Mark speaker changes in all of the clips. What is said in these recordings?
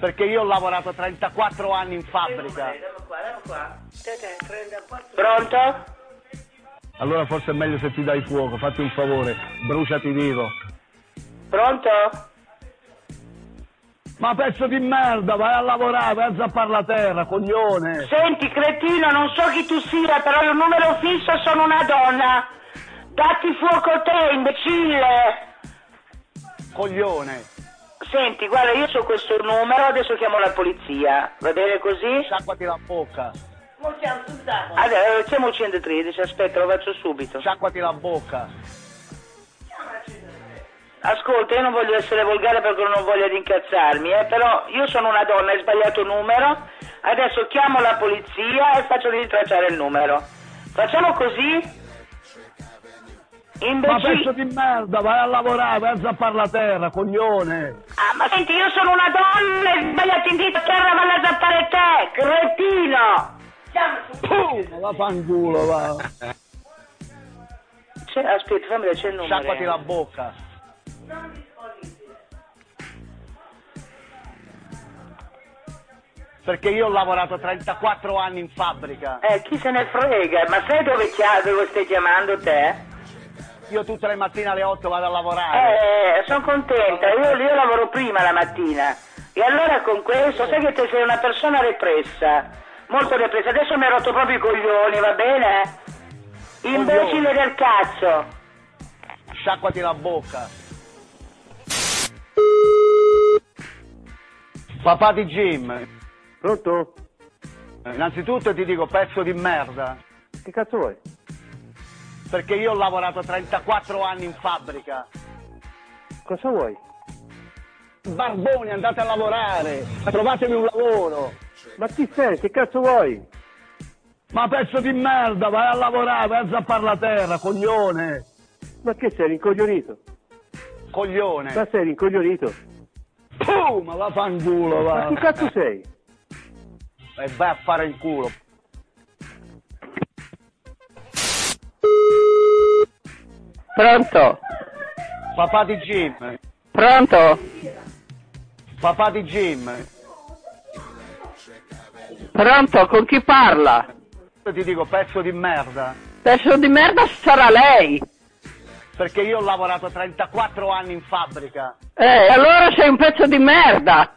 Speaker 1: perché io ho lavorato 34 anni in fabbrica.
Speaker 2: Eccolo qua, eccolo qua. Te, te, 34.
Speaker 3: Pronto?
Speaker 1: Allora forse è meglio se ti dai fuoco, fatti un favore, bruciati vivo.
Speaker 3: Pronto?
Speaker 1: Ma pezzo di merda, vai a lavorare, vai a zappare la terra, coglione!
Speaker 3: Senti, cretino, non so chi tu sia, però il numero fisso sono una donna. Datti fuoco te, imbecille.
Speaker 1: Coglione!
Speaker 3: Senti, guarda, io ho questo numero, adesso chiamo la polizia. Va bene così?
Speaker 1: Sciacquati la bocca!
Speaker 2: Mo siamo sul tavolo.
Speaker 3: Allora, siamo al 113, aspetta, lo faccio subito.
Speaker 1: Sciacquati la bocca!
Speaker 3: Ascolta, io non voglio essere volgare perché non voglio incazzarmi, eh, però io sono una donna, hai sbagliato numero, adesso chiamo la polizia e faccio rintracciare il numero. Facciamo così?
Speaker 1: Ma pezzo
Speaker 3: Imbecille.
Speaker 1: di merda, vai a lavorare, vai a zappare la terra, coglione!
Speaker 3: Ah, ma senti, io sono una donna, hai sbagliato indirizzo, terra, valla a zappare te, cretino!
Speaker 2: Siamo sul
Speaker 1: Pum! Va fanculo, va!
Speaker 3: C'è, aspetta, fammi vedere, c'è il numero. eh.
Speaker 1: Sciacquati la bocca! Perché io ho lavorato 34 anni in fabbrica.
Speaker 3: Eh, chi se ne frega, ma sai dove, chia- dove stai chiamando te?
Speaker 1: Io tutte le mattine alle 8 vado a lavorare.
Speaker 3: Eh, sono contenta, io, io lavoro prima la mattina. E allora con questo, sai che te sei una persona repressa, molto repressa. Adesso mi hai rotto proprio i coglioni, va bene? Imbecille del cazzo.
Speaker 1: Sciacquati la bocca. Papà di Jim, Eh,
Speaker 4: Pronto?
Speaker 1: innanzitutto ti dico pezzo di merda,
Speaker 4: Che cazzo vuoi?
Speaker 1: perché io ho lavorato 34 anni in fabbrica.
Speaker 4: Cosa vuoi?
Speaker 1: Barboni, andate a lavorare, trovatemi un lavoro.
Speaker 4: Ma chi sei? Che cazzo vuoi?
Speaker 1: Ma pezzo di merda, vai a lavorare, vai a zappare la terra, coglione.
Speaker 4: Ma che sei rincoglionito? Ma
Speaker 1: Coglione.
Speaker 4: sei rincoglionito?
Speaker 1: Pum, va fanculo,
Speaker 4: Ma
Speaker 1: va.
Speaker 4: chi cazzo sei?
Speaker 1: E vai a fare il culo.
Speaker 3: Pronto?
Speaker 1: Papà di Jim,
Speaker 3: Pronto?
Speaker 1: papà di Jim,
Speaker 3: Pronto? Con chi parla?
Speaker 1: Io ti dico pezzo di merda,
Speaker 3: Pezzo di merda sarà lei.
Speaker 1: perché io ho lavorato 34 anni in fabbrica.
Speaker 3: Eh, allora sei un pezzo di merda.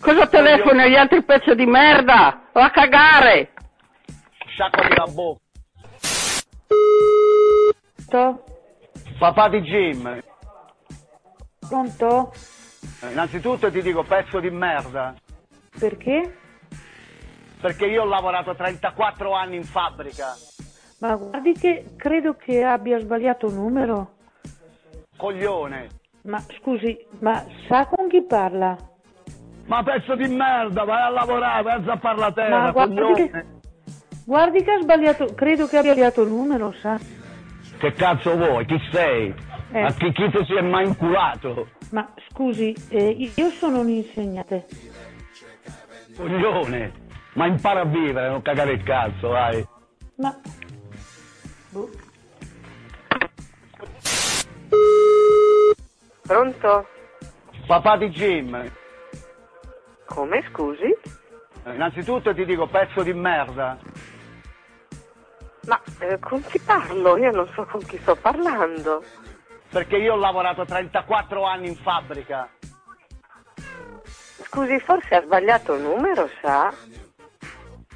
Speaker 3: Cosa
Speaker 1: telefoni
Speaker 3: agli altri pezzo di merda? Va a cagare.
Speaker 1: Sciacquati la bocca. Papà di Jim,
Speaker 5: Pronto?
Speaker 1: innanzitutto ti dico pezzo di merda,
Speaker 5: Perché?
Speaker 1: perché io ho lavorato 34 anni in fabbrica.
Speaker 5: Ma guardi che credo che abbia sbagliato numero.
Speaker 1: Coglione.
Speaker 5: Ma scusi, ma sa con chi parla?
Speaker 1: Ma pezzo di merda, vai a lavorare, vai a zappare la terra,
Speaker 5: Ma guardi
Speaker 1: coglione.
Speaker 5: Guardi che ha sbagliato, credo che abbia sbagliato numero, sa?
Speaker 1: Che cazzo vuoi? Chi sei?
Speaker 5: Eh.
Speaker 1: A chi, chi ti si è mai inculato?
Speaker 5: Ma scusi, eh, io sono un'insegnante.
Speaker 1: Coglione. Ma impara a vivere, non cagare il cazzo, vai.
Speaker 5: Ma
Speaker 6: Pronto?
Speaker 1: Papà di Jim,
Speaker 6: Come scusi?
Speaker 1: Eh, Innanzitutto ti dico pezzo di merda,
Speaker 6: Ma eh, con chi parlo? Io non so con chi sto parlando.
Speaker 1: perché io ho lavorato 34 anni in fabbrica.
Speaker 6: Scusi, forse ha sbagliato il numero, sa?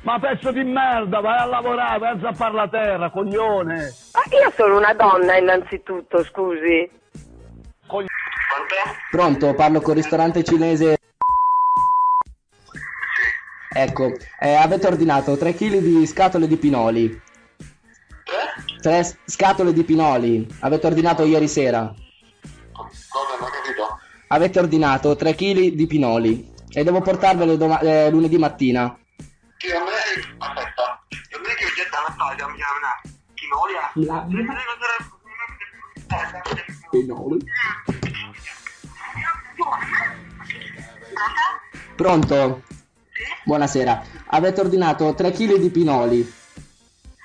Speaker 1: Ma pezzo di merda, vai a lavorare, vai a zappare la terra, coglione.
Speaker 6: Ma io sono una donna innanzitutto, scusi.
Speaker 1: Cogli-
Speaker 7: Pronto, parlo col ristorante cinese. Ecco, eh, avete ordinato 3 kg di scatole di pinoli. 3 scatole di pinoli. Avete ordinato ieri sera.
Speaker 8: Come, non ho capito.
Speaker 7: Avete ordinato 3 kg di pinoli. E devo portarvele doma- eh, lunedì mattina.
Speaker 8: Sì, a me... Aspetta. A me che ho detto la storia, mi chiama una chinoia.
Speaker 7: La- Pinoli. Pronto? Buonasera. Avete ordinato 3 kg di pinoli.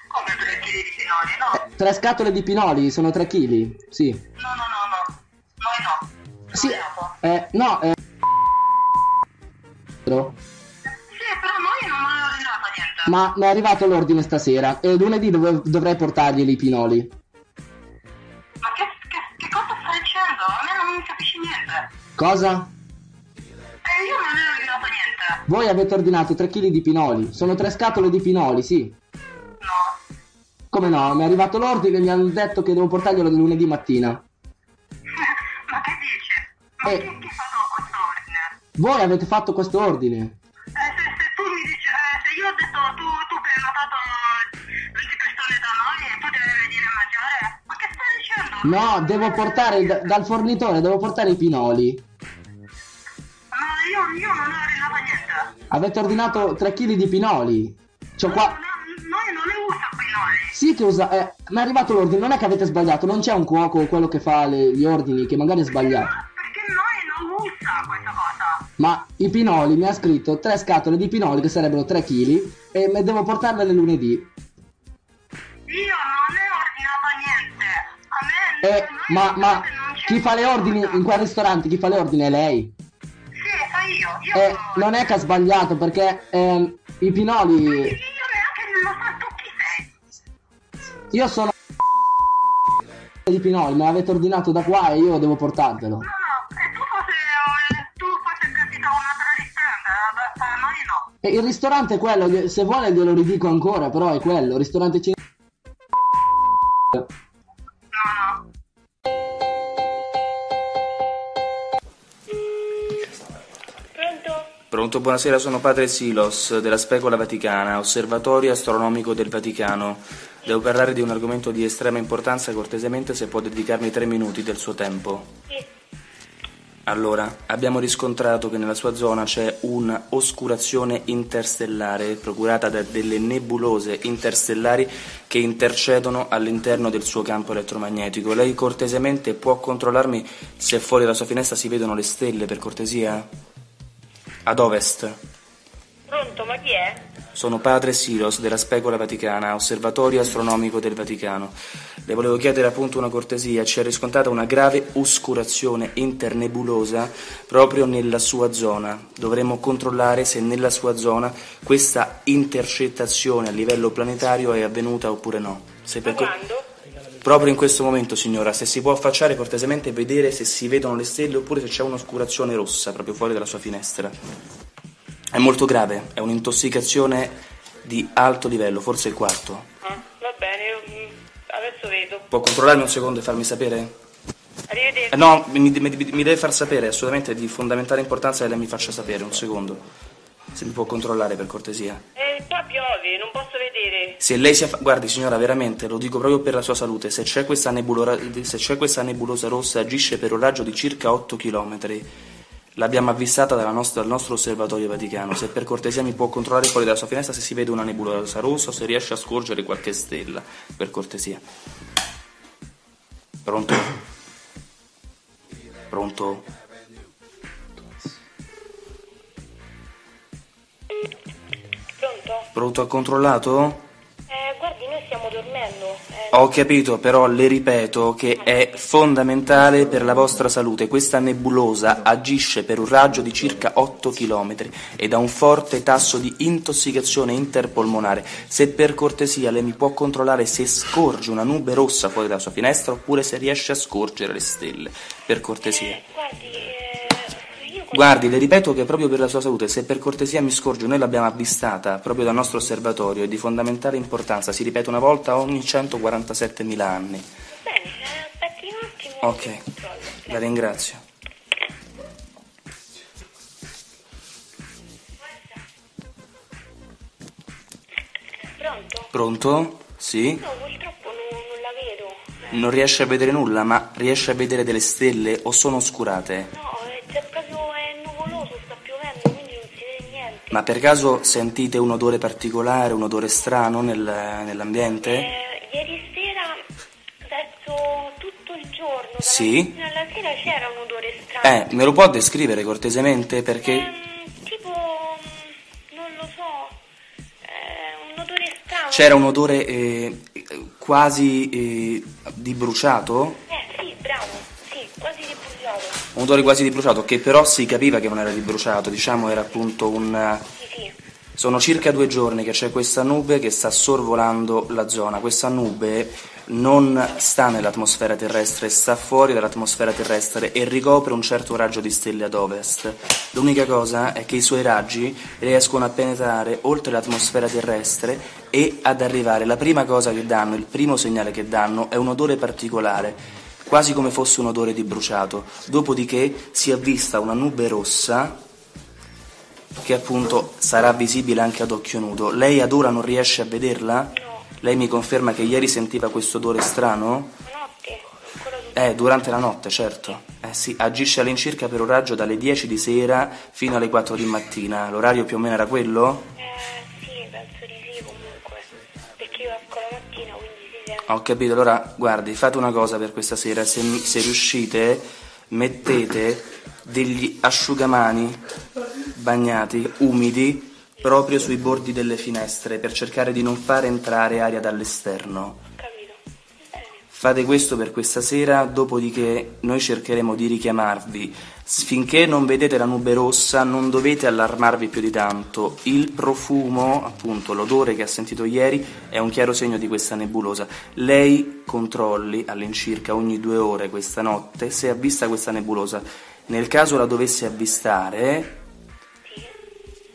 Speaker 8: Come per le chili di chinoia, no?
Speaker 7: Eh, Tre scatole di pinoli sono 3 kg, sì.
Speaker 8: No, no, no, no. Noi no.
Speaker 7: Sì, eh, no, eh, dentro?
Speaker 8: Sì, Eh, però mo io non me l'ho ordinato niente.
Speaker 7: Ma mi è arrivato l'ordine stasera e lunedì dov- dovrei portarglieli i pinoli.
Speaker 8: Ma che, che- che cosa stai dicendo? A me non mi capisci niente.
Speaker 7: Cosa?
Speaker 8: E io non ne ho ordinato niente.
Speaker 7: Voi avete ordinato 3 kg di pinoli. Sono tre scatole di pinoli, sì.
Speaker 8: No.
Speaker 7: Come no? Mi è arrivato l'ordine e mi hanno detto che devo portarglielo lunedì mattina.
Speaker 8: Ma che dici? Ma
Speaker 7: Eh.
Speaker 8: chi ti fa dopo questo ordine?
Speaker 7: Voi avete fatto questo ordine.
Speaker 8: Eh, se, se tu mi dici, eh, se io ho detto tu, tu hai notato 20 persone da noi e tu devi venire a mangiare, ma che stai dicendo?
Speaker 7: No, devo portare da- dal fornitore, devo portare i pinoli.
Speaker 8: Ma io, io non ho ordinato niente.
Speaker 7: Avete ordinato 3 kg di pinoli. C'ho qua...
Speaker 8: No, noi non ne usa qui noi.
Speaker 7: Sì che usa... eh, mi è arrivato l'ordine, non è che avete sbagliato, non c'è un cuoco o quello che fa le- gli ordini che magari è sbagliato.
Speaker 8: Perché noi non usa questa cosa.
Speaker 7: Ma i pinoli mi ha scritto tre scatole di pinoli che sarebbero 3 kg e me devo portarvele lunedì.
Speaker 8: Io non ne ho ordinato niente. A me
Speaker 7: Eh,
Speaker 8: noi
Speaker 7: ma, ma
Speaker 8: non c'è
Speaker 7: chi fa le
Speaker 8: niente.
Speaker 7: ordini in quel ristorante, chi fa le ordini è lei.
Speaker 8: Sì, fa io. Io
Speaker 7: E
Speaker 8: sono-
Speaker 7: Eh, non è che ha sbagliato perché ehm, i
Speaker 8: Io
Speaker 7: pinoli...
Speaker 8: neanche non lo so tu chi sei.
Speaker 7: Io sono... di pinoli, me l'avete ordinato da qua e io devo portarvelo.
Speaker 8: No, no, e tu forse, eh, tu forse capita un altro ristorante, eh, ma- ma noi no.
Speaker 7: E il ristorante è quello, gli- se vuole glielo ridico ancora, però è quello, ristorante cinese.
Speaker 9: Pronto, buonasera, sono padre Silos della Specola Vaticana, Osservatorio Astronomico del Vaticano. Devo parlare di un argomento di estrema importanza, cortesemente se può dedicarmi tre minuti del suo tempo. Allora, abbiamo riscontrato che nella sua zona c'è un'oscurazione interstellare procurata da delle nebulose interstellari che intercedono all'interno del suo campo elettromagnetico. Lei cortesemente può controllarmi se fuori dalla sua finestra si vedono le stelle, per cortesia? Ad ovest.
Speaker 2: Pronto, ma chi è?
Speaker 9: Sono padre Silos della Specola Vaticana, Osservatorio Astronomico del Vaticano. Le volevo chiedere appunto una cortesia, ci è riscontrata una grave oscurazione internebulosa proprio nella sua zona. Dovremmo controllare se nella sua zona questa intercettazione a livello planetario è avvenuta oppure no. Se per co- Proprio in questo momento, signora, se si può affacciare cortesemente e vedere se si vedono le stelle oppure se c'è un'oscurazione rossa proprio fuori dalla sua finestra. È molto grave, è un'intossicazione di alto livello, forse il quarto.
Speaker 2: Ah, va bene, mm, adesso vedo.
Speaker 9: Può controllarmi un secondo e farmi sapere?
Speaker 2: Arrivederci.
Speaker 9: Eh, no, mi, mi- mi deve far sapere, è assolutamente di fondamentale importanza che lei mi faccia sapere, un secondo. Se mi può controllare per cortesia.
Speaker 2: Eh, qua piove, non posso vedere.
Speaker 9: Se lei si affa- Guardi signora, veramente, lo dico proprio per la sua salute, se c'è questa, nebulora- se c'è questa nebulosa rossa agisce per un raggio di circa 8 km. L'abbiamo avvistata dalla nostra- dal nostro osservatorio vaticano. Se per cortesia mi può controllare fuori dalla sua finestra se si vede una nebulosa rossa o se riesce a scorgere qualche stella, per cortesia. Pronto? Pronto?
Speaker 2: Pronto?
Speaker 9: Pronto ha controllato?
Speaker 2: Eh, guardi, noi stiamo dormendo. Eh,
Speaker 9: Ho capito, però le ripeto che è fondamentale per la vostra salute. Questa nebulosa agisce per un raggio di circa 8 km ed ha un forte tasso di intossicazione interpolmonare. Se per cortesia lei mi può controllare se scorge una nube rossa fuori dalla sua finestra oppure se riesce a scorgere le stelle. Per cortesia.
Speaker 2: guardi, eh, io...
Speaker 9: Guardi, le ripeto che proprio per la sua salute, se per cortesia mi scorge, noi l'abbiamo avvistata proprio dal nostro osservatorio, è di fondamentale importanza, si ripete una volta ogni 147.000 anni.
Speaker 2: Bene, eh, aspetti un attimo.
Speaker 9: Ok, la ringrazio.
Speaker 2: Pronto?
Speaker 9: Pronto? Sì?
Speaker 2: No, purtroppo non, non la vedo.
Speaker 9: Non riesce a vedere nulla, ma riesce a vedere delle stelle o sono oscurate?
Speaker 2: No, eh, c'è proprio... è nuvoloso, sta piovendo, quindi non si vede niente.
Speaker 9: Ma per caso sentite un odore particolare, un odore strano nel- nell'ambiente?
Speaker 2: Eh, ieri sera, verso tutto il giorno, dalla
Speaker 9: Sì.
Speaker 2: mattina alla sera c'era un odore strano.
Speaker 9: Eh, me lo può descrivere cortesemente perché...
Speaker 2: Ehm, tipo, mm, non lo so, eh, un odore strano.
Speaker 9: C'era un odore eh, quasi eh, di bruciato?
Speaker 2: Eh sì, bravo, sì, quasi di bugiato.
Speaker 9: un odore quasi di bruciato, che però si capiva che non era di bruciato, diciamo era appunto un... Sono circa due giorni che c'è questa nube che sta sorvolando la zona, questa nube non sta nell'atmosfera terrestre, sta fuori dall'atmosfera terrestre e ricopre un certo raggio di stelle ad ovest. L'unica cosa è che i suoi raggi riescono a penetrare oltre l'atmosfera terrestre e ad arrivare. La prima cosa che danno, il primo segnale che danno è un odore particolare quasi come fosse un odore di bruciato, dopodiché si avvista una nube rossa che appunto sarà visibile anche ad occhio nudo. Lei ad ora non riesce a vederla? Lei mi conferma che ieri sentiva questo odore strano?
Speaker 10: notte, quello di...
Speaker 9: Eh, durante la notte, certo. Eh sì, agisce all'incirca per un raggio dalle 10 di sera fino alle 4 di mattina. L'orario più o meno era quello?
Speaker 10: Eh, sì, penso di sì comunque, perché io esco la mattina, quindi si sente...
Speaker 9: Ho capito, allora guardi, fate una cosa per questa sera, se, se riuscite mettete degli asciugamani bagnati, umidi, proprio sui bordi delle finestre per cercare di non far entrare aria dall'esterno.
Speaker 10: Capito?
Speaker 9: Fate questo per questa sera, dopodiché noi cercheremo di richiamarvi. S- Finché non vedete la nube rossa non dovete allarmarvi più di tanto. Il profumo, appunto l'odore che ha sentito ieri, è un chiaro segno di questa nebulosa. Lei controlli all'incirca ogni due ore questa notte se avvista questa nebulosa. Nel caso la dovesse avvistare,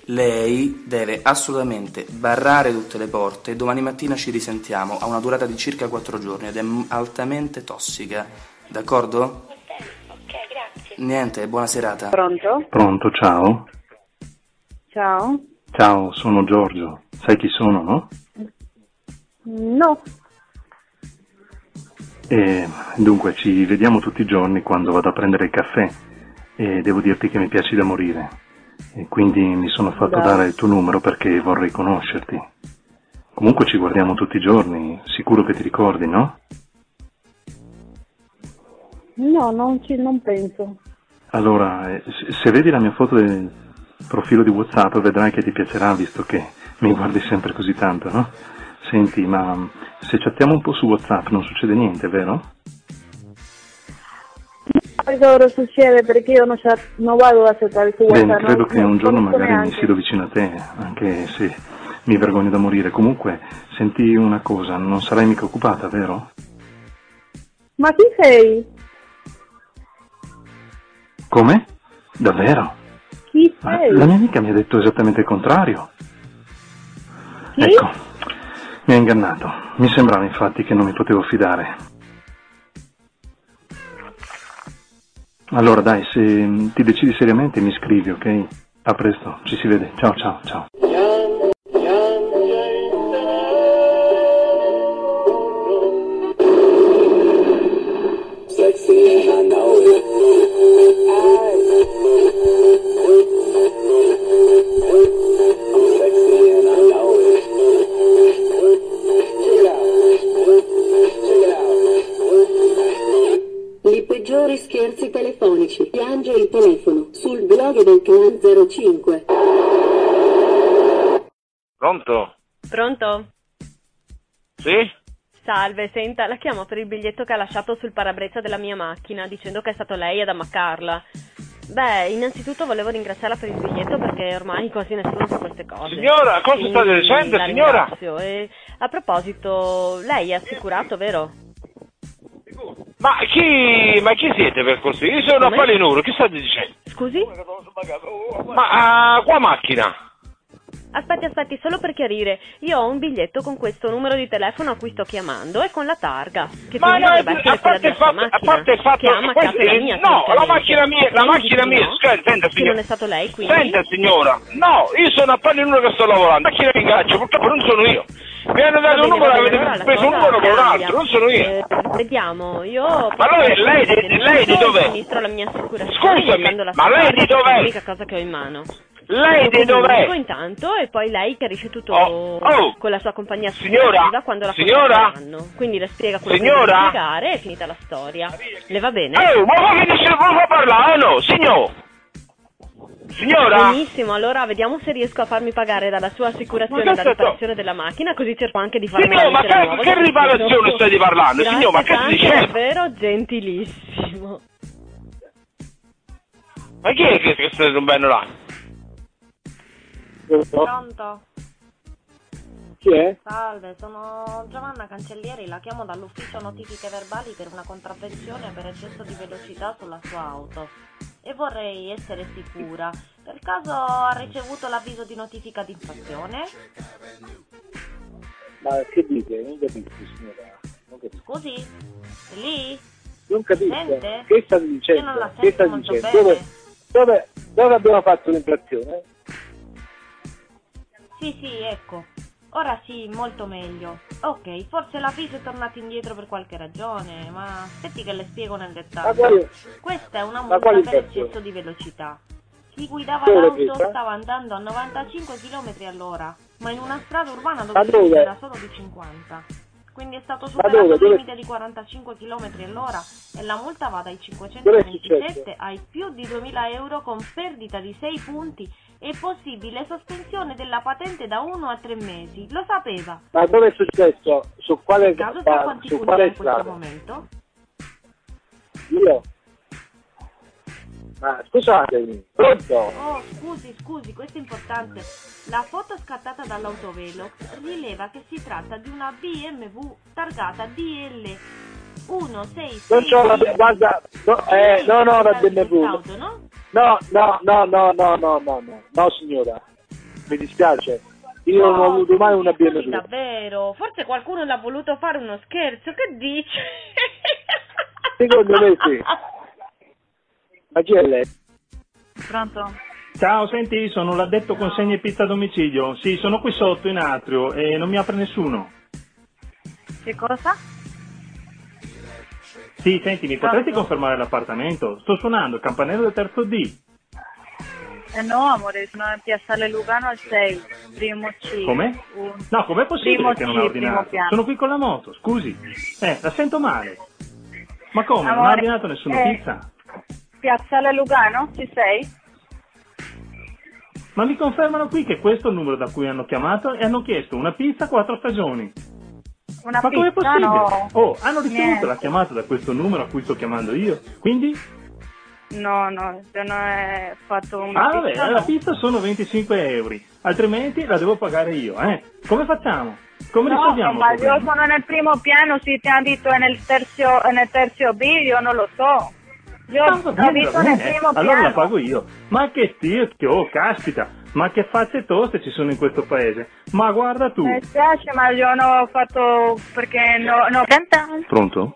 Speaker 9: lei deve assolutamente barrare tutte le porte. Domani mattina ci risentiamo. Ha una durata di circa 4 giorni ed è m- altamente tossica. D'accordo?
Speaker 10: Va bene, ok, grazie.
Speaker 9: Niente, buona serata.
Speaker 11: Pronto?
Speaker 12: Pronto, ciao.
Speaker 11: Ciao?
Speaker 12: Ciao, sono Giorgio. Sai chi sono, no?
Speaker 11: No,
Speaker 12: E, dunque, ci vediamo tutti i giorni quando vado a prendere il caffè e devo dirti che mi piaci da morire. E quindi mi sono fatto
Speaker 11: Dai.
Speaker 12: dare il tuo numero perché vorrei conoscerti. Comunque ci guardiamo tutti i giorni, sicuro che ti ricordi, no?
Speaker 11: no, non, ci, non penso.
Speaker 12: Allora, eh, se- se vedi la mia foto del profilo di WhatsApp vedrai che ti piacerà visto che mi guardi sempre così tanto, no? Senti, ma mm, se chattiamo un po' su WhatsApp non succede niente, vero?
Speaker 11: Poi ora succede perché io non, sa- non vado a cercare su
Speaker 12: Bene,
Speaker 11: WhatsApp.
Speaker 12: credo
Speaker 11: non-
Speaker 12: che
Speaker 11: non
Speaker 12: un giorno
Speaker 11: conosco
Speaker 12: magari mi
Speaker 11: neanche.
Speaker 12: siedo vicino a te, anche se mi vergogno da morire. Comunque, senti una cosa, non sarai mica occupata, vero?
Speaker 11: Ma chi sei?
Speaker 12: Come? Davvero?
Speaker 11: Chi
Speaker 12: Ma
Speaker 11: sei?
Speaker 12: Ah, La mia amica mi ha detto esattamente il contrario.
Speaker 11: Chi?
Speaker 12: Ecco, mi ha ingannato. Mi sembrava infatti che non mi potevo fidare. Allora dai, se mm, ti decidi seriamente mi scrivi, ok? A presto, ci si vede. Ciao, ciao, ciao.
Speaker 8: I peggiori scherzi telefonici. Piange il telefono sul blog del clan 05.
Speaker 4: Pronto?
Speaker 13: Pronto?
Speaker 4: Sì?
Speaker 13: Salve, senta, la chiamo per il biglietto che ha lasciato sul parabrezza della mia macchina dicendo che è stato lei ad ammaccarla. Beh, innanzitutto volevo ringraziarla per il biglietto perché ormai quasi nessuno fa queste cose.
Speaker 4: Signora, cosa
Speaker 13: Quindi
Speaker 4: sta dicendo,
Speaker 13: la
Speaker 4: signora?
Speaker 13: ringrazio. E, a proposito, lei è assicurato, vero?
Speaker 4: Ma chi, ma chi siete per così? Io sono
Speaker 13: Come?
Speaker 4: a Palinuro, chi state dicendo?
Speaker 13: Scusi?
Speaker 4: Ma ah, qua macchina?
Speaker 13: Aspetti, aspetti, solo per chiarire, io ho un biglietto con questo numero di telefono a cui sto chiamando e con la targa, che
Speaker 4: Ma
Speaker 13: quindi
Speaker 4: no,
Speaker 13: dovrebbe essere
Speaker 4: a
Speaker 13: quella
Speaker 4: parte
Speaker 13: della
Speaker 4: il
Speaker 13: sua
Speaker 4: fatto, a
Speaker 13: macchina,
Speaker 4: parte il fatto
Speaker 13: che ha ammaccato
Speaker 4: questo-
Speaker 13: la mia
Speaker 4: no, la
Speaker 13: tecnicamente.
Speaker 4: macchina mia, la
Speaker 13: Quindi
Speaker 4: macchina
Speaker 13: dici
Speaker 4: mia,
Speaker 13: no?
Speaker 4: scusa, senta
Speaker 13: Che non è
Speaker 4: signora.
Speaker 13: stato lei, quindi?
Speaker 4: Senta signora, no, io sono a Palinuro che sto lavorando, ma chi la ringrazio? Purtroppo non sono io. Mi hanno dato un
Speaker 13: Va bene,
Speaker 4: numero,
Speaker 13: va bene,
Speaker 4: avete
Speaker 13: allora la
Speaker 4: preso un
Speaker 13: cosa
Speaker 4: numero con un
Speaker 13: cambia.
Speaker 4: altro, non sono io.
Speaker 13: Eh, vediamo, io...
Speaker 4: Ma allora lei di- lei di dov'è?
Speaker 13: Sinistro la mia assicurazione
Speaker 4: Scusami,
Speaker 13: cercando la
Speaker 4: ma
Speaker 13: sua
Speaker 4: lei
Speaker 13: targa,
Speaker 4: di
Speaker 13: che è
Speaker 4: dov'è?
Speaker 13: L'unica cosa che ho in mano.
Speaker 4: Lei
Speaker 13: Lo
Speaker 4: di dov'è?
Speaker 13: comunico intanto e poi lei che ha ricevuto
Speaker 4: oh.
Speaker 13: con la sua compagnia
Speaker 4: Signora?
Speaker 13: assicurativa quando la
Speaker 4: Signora?
Speaker 13: contacteranno. Quindi le spiega quello che
Speaker 4: Signora?
Speaker 13: deve spiegare e è finita la storia. Le va bene?
Speaker 4: Oh, ma voi venite voi a parlare, eh, no, signor? Signora?
Speaker 13: Benissimo, allora vediamo se riesco a farmi pagare dalla sua assicurazione
Speaker 4: Ma
Speaker 13: la
Speaker 4: che sto-
Speaker 13: riparazione della macchina, così cerco anche di farmi
Speaker 4: Signor, ma
Speaker 13: mettere
Speaker 4: che,
Speaker 13: nuova
Speaker 4: che
Speaker 13: dal
Speaker 4: riparazione
Speaker 13: titolo.
Speaker 4: stai parlando?
Speaker 13: Grazie
Speaker 4: Signor, ma che
Speaker 13: tanto,
Speaker 4: stai dicendo?
Speaker 13: davvero gentilissimo.
Speaker 8: Ma chi è che, che sta rompendo là?
Speaker 14: Pronto?
Speaker 15: Chi è?
Speaker 14: Salve, sono Giovanna Cancellieri, la chiamo dall'ufficio notifiche verbali per una contravvenzione per eccesso di velocità sulla sua auto. E vorrei essere sicura, per caso ha ricevuto l'avviso di notifica di infrazione?
Speaker 4: Ma che dite? Non capisco, signora. Non capisco.
Speaker 14: Scusi? È Lì?
Speaker 4: Non capisco.
Speaker 14: Sente?
Speaker 4: Che state dicendo?
Speaker 14: Io non la
Speaker 4: che
Speaker 14: sento
Speaker 4: state
Speaker 14: molto
Speaker 4: dicendo?
Speaker 14: bene.
Speaker 4: Dove, dove, dove abbiamo fatto l'infrazione?
Speaker 14: Sì, sì, ecco. Ora sì, molto meglio. Ok, forse l'avviso è tornato indietro per qualche ragione, ma aspetti che le spiego nel dettaglio.
Speaker 4: Ma quale-
Speaker 14: Questa è una
Speaker 4: ma
Speaker 14: multa
Speaker 4: quale
Speaker 14: per
Speaker 4: infrazione?
Speaker 14: eccesso di velocità. Chi guidava
Speaker 4: Dove l'ha
Speaker 14: l'auto
Speaker 4: presa?
Speaker 14: stava andando a 95 km all'ora, ma in una strada urbana
Speaker 4: Ma
Speaker 14: dove il
Speaker 4: dove?
Speaker 14: limite era solo di 50. Quindi è stato superato
Speaker 4: dove?
Speaker 14: il
Speaker 4: Dove-
Speaker 14: limite di 45 km all'ora e la multa va dai
Speaker 4: Dove è
Speaker 14: 527
Speaker 4: successo?
Speaker 14: ai più di 2000 euro con perdita di 6 punti e possibile sospensione della patente da 1 a 3 mesi. Lo sapeva.
Speaker 4: Ma dove è successo? Su quale,
Speaker 14: Il caso sa
Speaker 4: strada?
Speaker 14: quanti
Speaker 4: su
Speaker 14: punti ha
Speaker 4: quale
Speaker 14: in questo
Speaker 4: strada?
Speaker 14: momento?
Speaker 4: Io? Ma scusatemi, pronto?
Speaker 14: Oh, scusi, scusi, questo è importante. La foto scattata dall'autovelox rileva che si tratta di una BMW targata DL 166.
Speaker 4: Non c'ho la... guarda, no, eh, no, no, la BMW.
Speaker 14: Auto, no?
Speaker 4: No, no, no, no, no, no, no, no, no, signora, mi dispiace, io non ho avuto mai una
Speaker 13: Sì,
Speaker 4: BMW.
Speaker 13: davvero, forse qualcuno l'ha voluto fare uno scherzo, che dici?
Speaker 4: Secondo me sì. Ma chi è lei?
Speaker 11: Pronto?
Speaker 16: Ciao, senti, sono l'addetto consegne pizza a domicilio. Sì, sono qui sotto in atrio e non mi apre nessuno.
Speaker 11: Che cosa?
Speaker 16: Sì, senti, mi potresti confermare l'appartamento? Sto suonando, il campanello del terzo D.
Speaker 11: Eh no, amore, sono in Piazzale Lugano al 6, primo C.
Speaker 16: Come?
Speaker 11: Un-
Speaker 16: No, com'è possibile
Speaker 11: primo
Speaker 16: che
Speaker 11: C,
Speaker 16: non ha
Speaker 11: primo
Speaker 16: ordinato?
Speaker 11: piano.
Speaker 16: Sono qui con la moto, scusi. Eh, la sento male. Ma come? non ha
Speaker 11: Amore,
Speaker 16: ordinato nessuna
Speaker 11: eh.
Speaker 16: pizza?
Speaker 11: Piazzale Lugano, ci sei?
Speaker 16: Ma mi confermano qui che questo è il numero da cui hanno chiamato e hanno chiesto una pizza a quattro stagioni.
Speaker 11: Una
Speaker 16: Ma com'è
Speaker 11: pizza?
Speaker 16: possibile?
Speaker 11: No.
Speaker 16: Oh, hanno ricevuto
Speaker 11: Niente.
Speaker 16: la chiamata da questo numero a cui sto chiamando io. Quindi?
Speaker 11: No, no, se non è fatto una
Speaker 16: Ah, vabbè,
Speaker 11: pizza.
Speaker 16: la
Speaker 11: no.
Speaker 16: pizza sono 25 euro, altrimenti la devo pagare io, eh? Come facciamo? Come
Speaker 11: No,
Speaker 16: risolviamo?
Speaker 11: ma
Speaker 16: il
Speaker 11: io
Speaker 16: problema?
Speaker 11: sono nel primo piano, si ti hanno detto è nel terzo, è nel terzo B, io non lo so. Io
Speaker 16: Ah, va bene,
Speaker 11: ho visto
Speaker 16: va
Speaker 11: nel
Speaker 16: bene,
Speaker 11: primo
Speaker 16: allora la
Speaker 11: piano.
Speaker 16: pago io. Ma che tirchio, oh, caspita, ma che facce toste ci sono in questo paese. Ma guarda tu.
Speaker 11: Mi spiace, ma io non ho fatto perché no, no. Pronto?
Speaker 17: Pronto?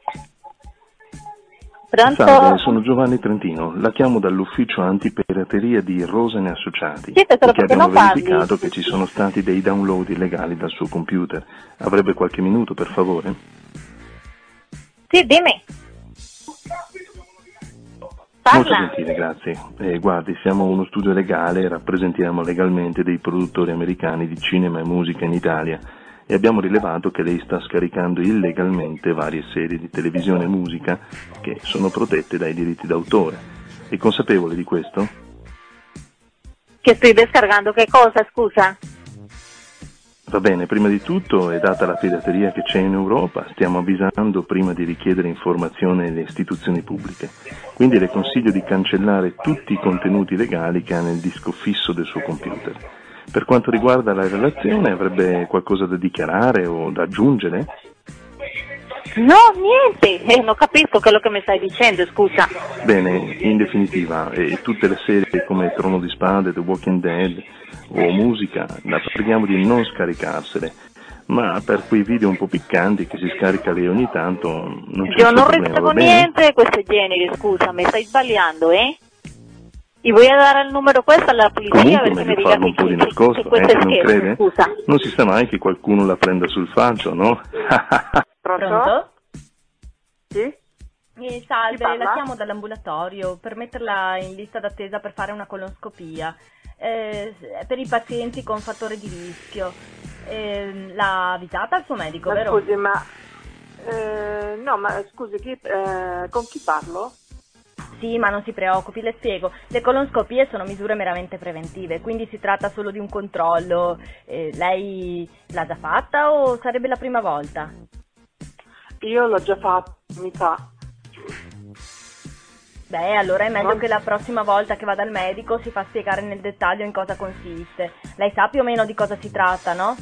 Speaker 11: Pronto?
Speaker 17: Salve, sono Giovanni Trentino, la chiamo dall'ufficio antipirateria di Rosene Associati,
Speaker 18: Sì, tesoro,
Speaker 17: perché
Speaker 18: perché
Speaker 17: abbiamo
Speaker 18: non parli?
Speaker 17: verificato che ci sono stati dei download illegali dal suo computer. Avrebbe qualche minuto, per favore?
Speaker 18: Sì, dimmi.
Speaker 17: Molto
Speaker 18: Parla.
Speaker 17: gentile, grazie. Eh, guardi, siamo uno studio legale, rappresentiamo legalmente dei produttori americani di cinema e musica in Italia e abbiamo rilevato che lei sta scaricando illegalmente varie serie di televisione e musica che sono protette dai diritti d'autore. È consapevole di questo?
Speaker 18: Che stai descargando che cosa, scusa?
Speaker 17: Va bene, prima di tutto è data la pirateria che c'è in Europa, stiamo avvisando prima di richiedere informazioni alle istituzioni pubbliche. Quindi le consiglio di cancellare tutti i contenuti legali che ha nel disco fisso del suo computer. Per quanto riguarda la relazione, avrebbe qualcosa da dichiarare o da aggiungere?
Speaker 18: No, niente. Eh, non capisco quello che mi stai dicendo, scusa.
Speaker 17: Bene, in definitiva, eh, tutte le serie come Trono di Spade, The Walking Dead o musica, la preghiamo di non scaricarsele, ma per quei video un po' piccanti che si scarica lei ogni tanto non c'è
Speaker 18: Io
Speaker 17: nessun
Speaker 18: non
Speaker 17: problema,
Speaker 18: ricevo
Speaker 17: va bene?
Speaker 18: niente di questo genere, scusa, mi stai sbagliando, eh? E voy a dare il numero questo alla polizia
Speaker 17: Comunque
Speaker 18: perché mi
Speaker 17: meglio
Speaker 18: dica
Speaker 17: farlo
Speaker 18: che,
Speaker 17: un po' di
Speaker 18: che
Speaker 17: nascosto,
Speaker 18: questo
Speaker 17: eh,
Speaker 18: è
Speaker 17: non
Speaker 18: scherzo,
Speaker 17: crede?
Speaker 18: scusa.
Speaker 17: Non si sa mai che qualcuno la prenda sul faccio, no?
Speaker 13: Pronto?
Speaker 14: Sì?
Speaker 13: Eh,
Speaker 14: Chi
Speaker 13: salve,
Speaker 14: parla?
Speaker 13: la chiamo dall'ambulatorio per metterla in lista d'attesa per fare una colonscopia eh, s- per i pazienti con fattori di rischio. Eh, l'ha avvisata il suo medico,
Speaker 19: Ma
Speaker 13: vero?
Speaker 19: scusi, ma eh, no, ma scusi, chi, eh, con chi parlo?
Speaker 13: Sì, ma non si preoccupi, le spiego. Le colonscopie sono misure meramente preventive, quindi si tratta solo di un controllo. Eh, lei l'ha già fatta o sarebbe la prima volta?
Speaker 19: Io l'ho già fatto, mi sa.
Speaker 14: Beh, allora è meglio che la prossima volta che va dal medico si fa spiegare nel dettaglio in cosa consiste. Lei sa più o meno di cosa si tratta, no?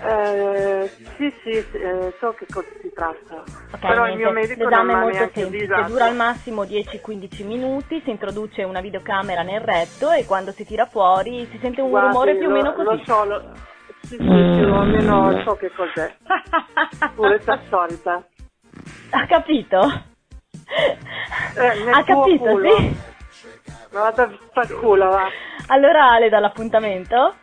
Speaker 20: Eh, sì, sì, eh, so che cosa si tratta.
Speaker 14: Ok,
Speaker 20: Però il
Speaker 14: niente,
Speaker 20: mio medico non
Speaker 14: l'esame
Speaker 20: mi
Speaker 14: è
Speaker 20: ha
Speaker 14: molto
Speaker 20: neanche
Speaker 14: semplice,
Speaker 20: avvisato.
Speaker 14: dura al massimo 10-15 minuti, si introduce una videocamera nel retto e quando si tira fuori si sente un
Speaker 20: Guardi,
Speaker 14: rumore più o
Speaker 20: lo-
Speaker 14: meno così.
Speaker 20: Lo so, lo- sì, sì,
Speaker 14: Mm.
Speaker 20: più o meno so che cos'è. Pure sta solita.
Speaker 14: Ha capito?
Speaker 20: Eh, nel
Speaker 14: ha
Speaker 20: tuo
Speaker 14: capito,
Speaker 20: culo.
Speaker 14: sì?
Speaker 20: Ma vado a far culo, va.
Speaker 14: Allora Ale dà l'appuntamento?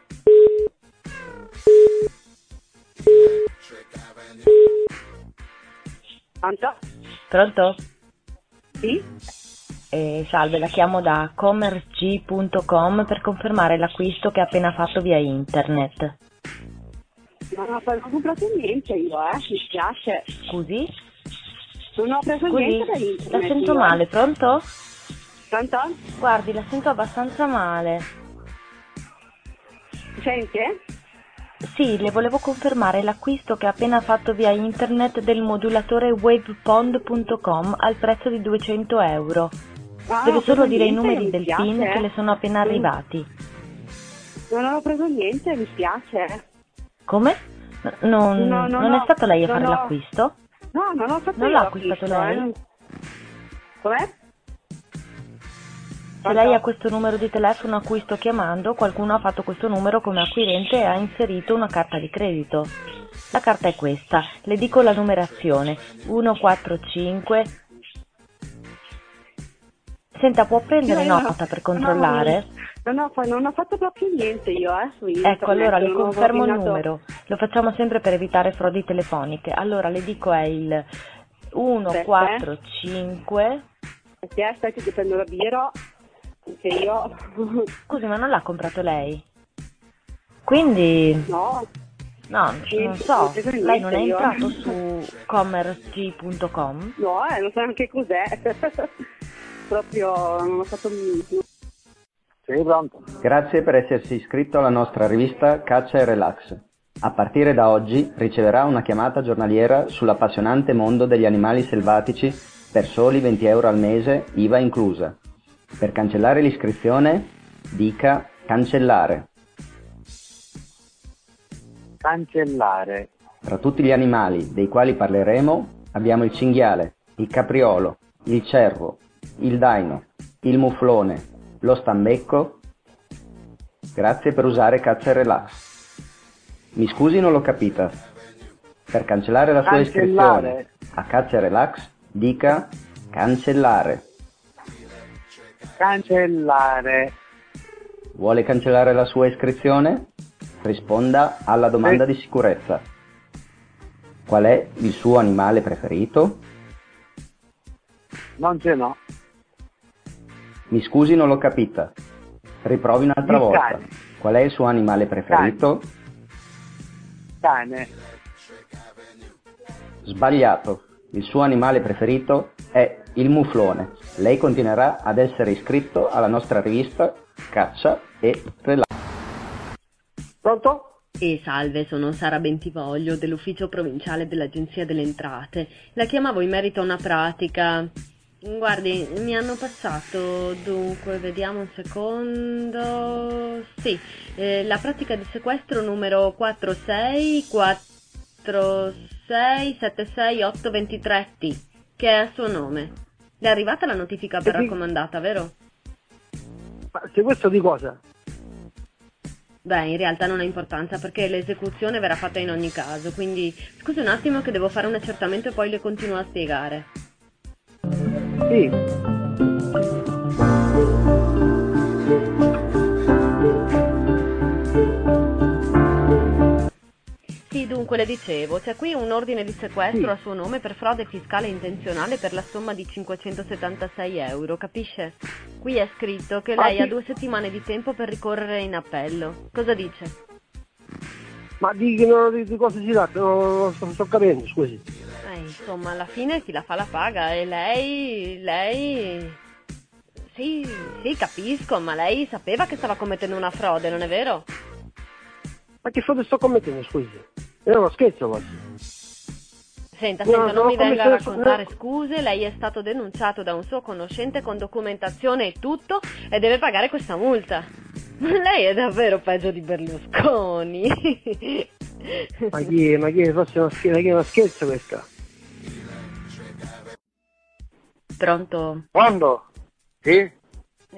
Speaker 21: Pronto?
Speaker 14: Pronto?
Speaker 21: Sì?
Speaker 14: Eh, salve, la chiamo da commerg.com per confermare l'acquisto che ha appena fatto via internet.
Speaker 21: Ma non ho pre- non ho comprato niente io, eh, mi spiace.
Speaker 14: Scusi?
Speaker 21: Non ho preso niente da
Speaker 14: Scusi, la
Speaker 21: internet.
Speaker 14: sento
Speaker 21: io.
Speaker 14: male, pronto?
Speaker 21: Pronto?
Speaker 14: Guardi, la sento abbastanza male.
Speaker 21: Sente?
Speaker 14: Sì, le volevo confermare l'acquisto che ha appena fatto via internet del modulatore wavepond.com al prezzo di 200 euro.
Speaker 21: Ah,
Speaker 14: Deve
Speaker 21: non
Speaker 14: solo
Speaker 21: so
Speaker 14: dire i
Speaker 21: niente,
Speaker 14: numeri
Speaker 21: mi
Speaker 14: del
Speaker 21: piace,
Speaker 14: PIN
Speaker 21: eh.
Speaker 14: che le sono appena
Speaker 21: Mm.
Speaker 14: arrivati.
Speaker 21: Non ho preso niente, mi spiace.
Speaker 14: Come? N- non
Speaker 21: No, no,
Speaker 14: non è
Speaker 21: no,
Speaker 14: stata lei a
Speaker 21: no,
Speaker 14: fare
Speaker 21: no.
Speaker 14: l'acquisto?
Speaker 21: No, non ho fatto
Speaker 14: Non
Speaker 21: io
Speaker 14: l'ha
Speaker 21: l'acquisto,
Speaker 14: acquistato lei?
Speaker 21: eh, non- Com'è?
Speaker 14: Se lei ha questo numero di telefono a cui sto chiamando, qualcuno ha fatto questo numero come acquirente e ha inserito una carta di credito. La carta è questa, le dico la numerazione 145. Senta, può prendere
Speaker 21: Io non ho-
Speaker 14: nota per
Speaker 21: no,
Speaker 14: controllare?
Speaker 21: Non ho, fa- non ho fatto proprio niente io, eh, su internet.
Speaker 14: Ecco, allora le
Speaker 21: non ho
Speaker 14: confermo il
Speaker 21: ordinato-
Speaker 14: numero. Lo facciamo sempre per evitare frodi telefoniche. Allora le dico è il 145.
Speaker 21: Aspetta, aspetta che prendo la birra. Che io...
Speaker 14: Scusi, ma non l'ha comprato lei? Quindi
Speaker 21: No,
Speaker 14: No,
Speaker 21: Sì,
Speaker 14: non
Speaker 21: sì,
Speaker 14: so,
Speaker 21: sì, sì,
Speaker 14: lei non è
Speaker 21: sì, io.
Speaker 14: entrato su commerg.com?
Speaker 21: no, eh, non so neanche cos'è. proprio non ho fatto niente.
Speaker 4: Sì, pronto.
Speaker 22: Grazie per essersi iscritto alla nostra rivista Caccia e Relax. A partire da oggi riceverà una chiamata giornaliera sull'appassionante mondo degli animali selvatici per soli 20 euro al mese, IVA inclusa. Per cancellare l'iscrizione dica cancellare.
Speaker 4: Cancellare.
Speaker 22: Tra tutti gli animali dei quali parleremo abbiamo il cinghiale, il capriolo, il cervo, il daino, il muflone, lo stambecco. Grazie per usare caccia e relax. Mi scusi non l'ho capita. Per cancellare la sua
Speaker 4: Cancellare.
Speaker 22: iscrizione a caccia e relax dica cancellare.
Speaker 4: Cancellare.
Speaker 22: Vuole cancellare la sua iscrizione? Risponda alla domanda di sicurezza. Qual è il suo animale preferito?
Speaker 4: Non ce n'ho.
Speaker 22: Mi scusi, non l'ho capita. Riprovi un'altra
Speaker 4: Il
Speaker 22: volta.
Speaker 4: cane.
Speaker 22: Qual è il suo animale preferito?
Speaker 4: Cane.
Speaker 22: Sbagliato. Il suo animale preferito è il muflone. Lei continuerà ad essere iscritto alla nostra rivista Caccia e Relax.
Speaker 23: Pronto?
Speaker 24: E salve, sono Sara Bentivoglio dell'ufficio provinciale dell'Agenzia delle Entrate. La chiamavo in merito a una pratica. Guardi, mi hanno passato, dunque, vediamo un secondo. Sì, eh, la pratica di sequestro numero 464676823T, che è a suo nome. Le è arrivata la notifica per raccomandata, vero?
Speaker 4: Ma se questo di cosa?
Speaker 24: Beh, in realtà non ha importanza perché l'esecuzione verrà fatta in ogni caso, quindi scusi un attimo che devo fare un accertamento e poi le continuo a spiegare.
Speaker 4: Sì.
Speaker 24: Sì, dunque le dicevo, c'è qui un ordine di sequestro a suo nome per frode fiscale intenzionale per la somma di 576 euro, capisce? Qui è scritto che
Speaker 4: Ah,
Speaker 24: lei
Speaker 4: sì.
Speaker 24: ha due settimane di tempo per ricorrere in appello. Cosa dice?
Speaker 4: Ma di, no, di, di cosa si tratta? Non, non sto, sto capendo, scusi.
Speaker 24: Eh, insomma, alla fine chi la fa la paga e lei, lei... Sì, sì, capisco, ma lei sapeva che stava commettendo una frode, non è vero?
Speaker 4: Ma che frode sto commettendo, scusi? Io non scherzo, ma...
Speaker 13: Senta,
Speaker 25: No,
Speaker 13: senta,
Speaker 25: no,
Speaker 13: non mi
Speaker 25: come
Speaker 13: venga a
Speaker 25: se-
Speaker 13: raccontare
Speaker 25: no.
Speaker 13: scuse, lei è stato denunciato da un suo conoscente con documentazione e tutto e deve pagare questa multa. Ma lei è davvero peggio di Berlusconi.
Speaker 3: Ma chi è? Ma chi è? Forse è una scherza, chi è una scherzo questa?
Speaker 24: Pronto?
Speaker 26: Quando? Sì?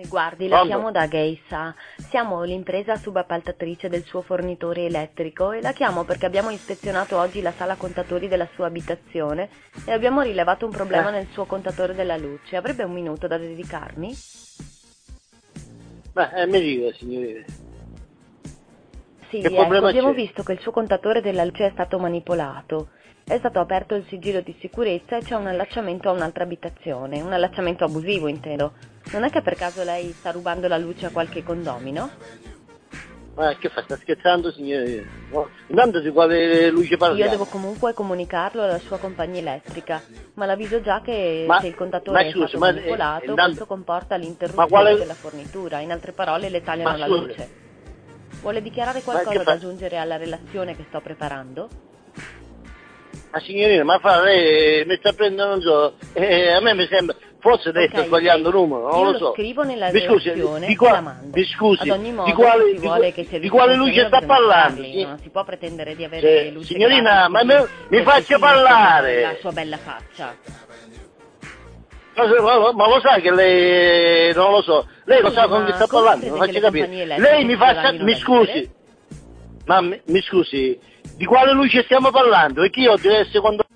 Speaker 24: Guardi, la
Speaker 26: Pronto?
Speaker 24: chiamo da Geisa. Siamo l'impresa subappaltatrice del suo fornitore elettrico e la chiamo perché abbiamo ispezionato oggi la sala contatori della sua abitazione e abbiamo rilevato un problema
Speaker 13: Eh.
Speaker 24: nel suo contatore della luce. Avrebbe un minuto da dedicarmi?
Speaker 26: Beh, eh, mi dica signorina.
Speaker 24: Sì,
Speaker 26: Che
Speaker 24: ecco,
Speaker 26: problema
Speaker 24: abbiamo
Speaker 26: c'è?
Speaker 24: visto che il suo contatore della luce è stato manipolato. È stato aperto il sigillo di sicurezza e c'è un allacciamento a un'altra abitazione, un allacciamento abusivo intendo. Non è che per caso lei sta rubando la luce a qualche condomino?
Speaker 26: Ma che fa? Sta scherzando signorina? No. Intanto di quale luce parliamo?
Speaker 24: Io devo comunque comunicarlo alla sua compagnia elettrica, ma l'avviso già che
Speaker 26: Ma-
Speaker 24: se il contatore
Speaker 26: ma
Speaker 24: è
Speaker 26: scusi,
Speaker 24: stato
Speaker 26: ma-
Speaker 24: manipolato,
Speaker 26: eh, intanto-
Speaker 24: questo comporta
Speaker 26: ma
Speaker 24: l'interruzione
Speaker 26: quale-
Speaker 24: della fornitura, in altre parole le tagliano
Speaker 26: Ma
Speaker 24: la
Speaker 26: scusi.
Speaker 24: luce. Vuole dichiarare
Speaker 26: Ma
Speaker 24: qualcosa
Speaker 26: che
Speaker 24: da
Speaker 26: fa-
Speaker 24: aggiungere alla relazione che sto preparando?
Speaker 26: Ma signorina, ma fa lei mi sta prendendo, non so, eh, a me mi sembra, forse lei sta
Speaker 24: Ok,
Speaker 26: sbagliando
Speaker 24: ok.
Speaker 26: numero, non
Speaker 24: Io
Speaker 26: lo so.
Speaker 24: scrivo nella
Speaker 26: Mi scusi,
Speaker 24: relazione
Speaker 26: di qua-
Speaker 24: e la mando.
Speaker 26: mi scusi,
Speaker 24: Ad ogni
Speaker 26: di
Speaker 24: modo,
Speaker 26: quale-
Speaker 24: se
Speaker 26: di
Speaker 24: si vuole
Speaker 26: qua-
Speaker 24: che i
Speaker 26: di
Speaker 24: servizi
Speaker 26: quale
Speaker 24: di
Speaker 26: luce
Speaker 24: sostegno
Speaker 26: sta
Speaker 24: bisogna
Speaker 26: parlando,
Speaker 24: pagarli,
Speaker 26: sì.
Speaker 24: Non si può pretendere di avere
Speaker 26: Sì,
Speaker 24: luce
Speaker 26: signorina,
Speaker 24: gratis
Speaker 26: ma
Speaker 24: così,
Speaker 26: me- mi
Speaker 24: perché
Speaker 26: faccia
Speaker 24: si vede
Speaker 26: parlare.
Speaker 24: La sua bella faccia.
Speaker 26: Ma, ma- ma lo sa che lei, non lo so, lei lo
Speaker 24: Scusi,
Speaker 26: sa con
Speaker 24: ma
Speaker 26: chi sta
Speaker 24: cosa
Speaker 26: parlando, mi
Speaker 24: crede che
Speaker 26: faccia
Speaker 24: le
Speaker 26: capire.
Speaker 24: compagnie elettriche
Speaker 26: Lei mi faccia,
Speaker 24: guadagnino
Speaker 26: mi
Speaker 24: da
Speaker 26: scusi,
Speaker 24: vivere?
Speaker 26: ma mi, mi scusi, di quale luce stiamo parlando? E chi io deve essere quando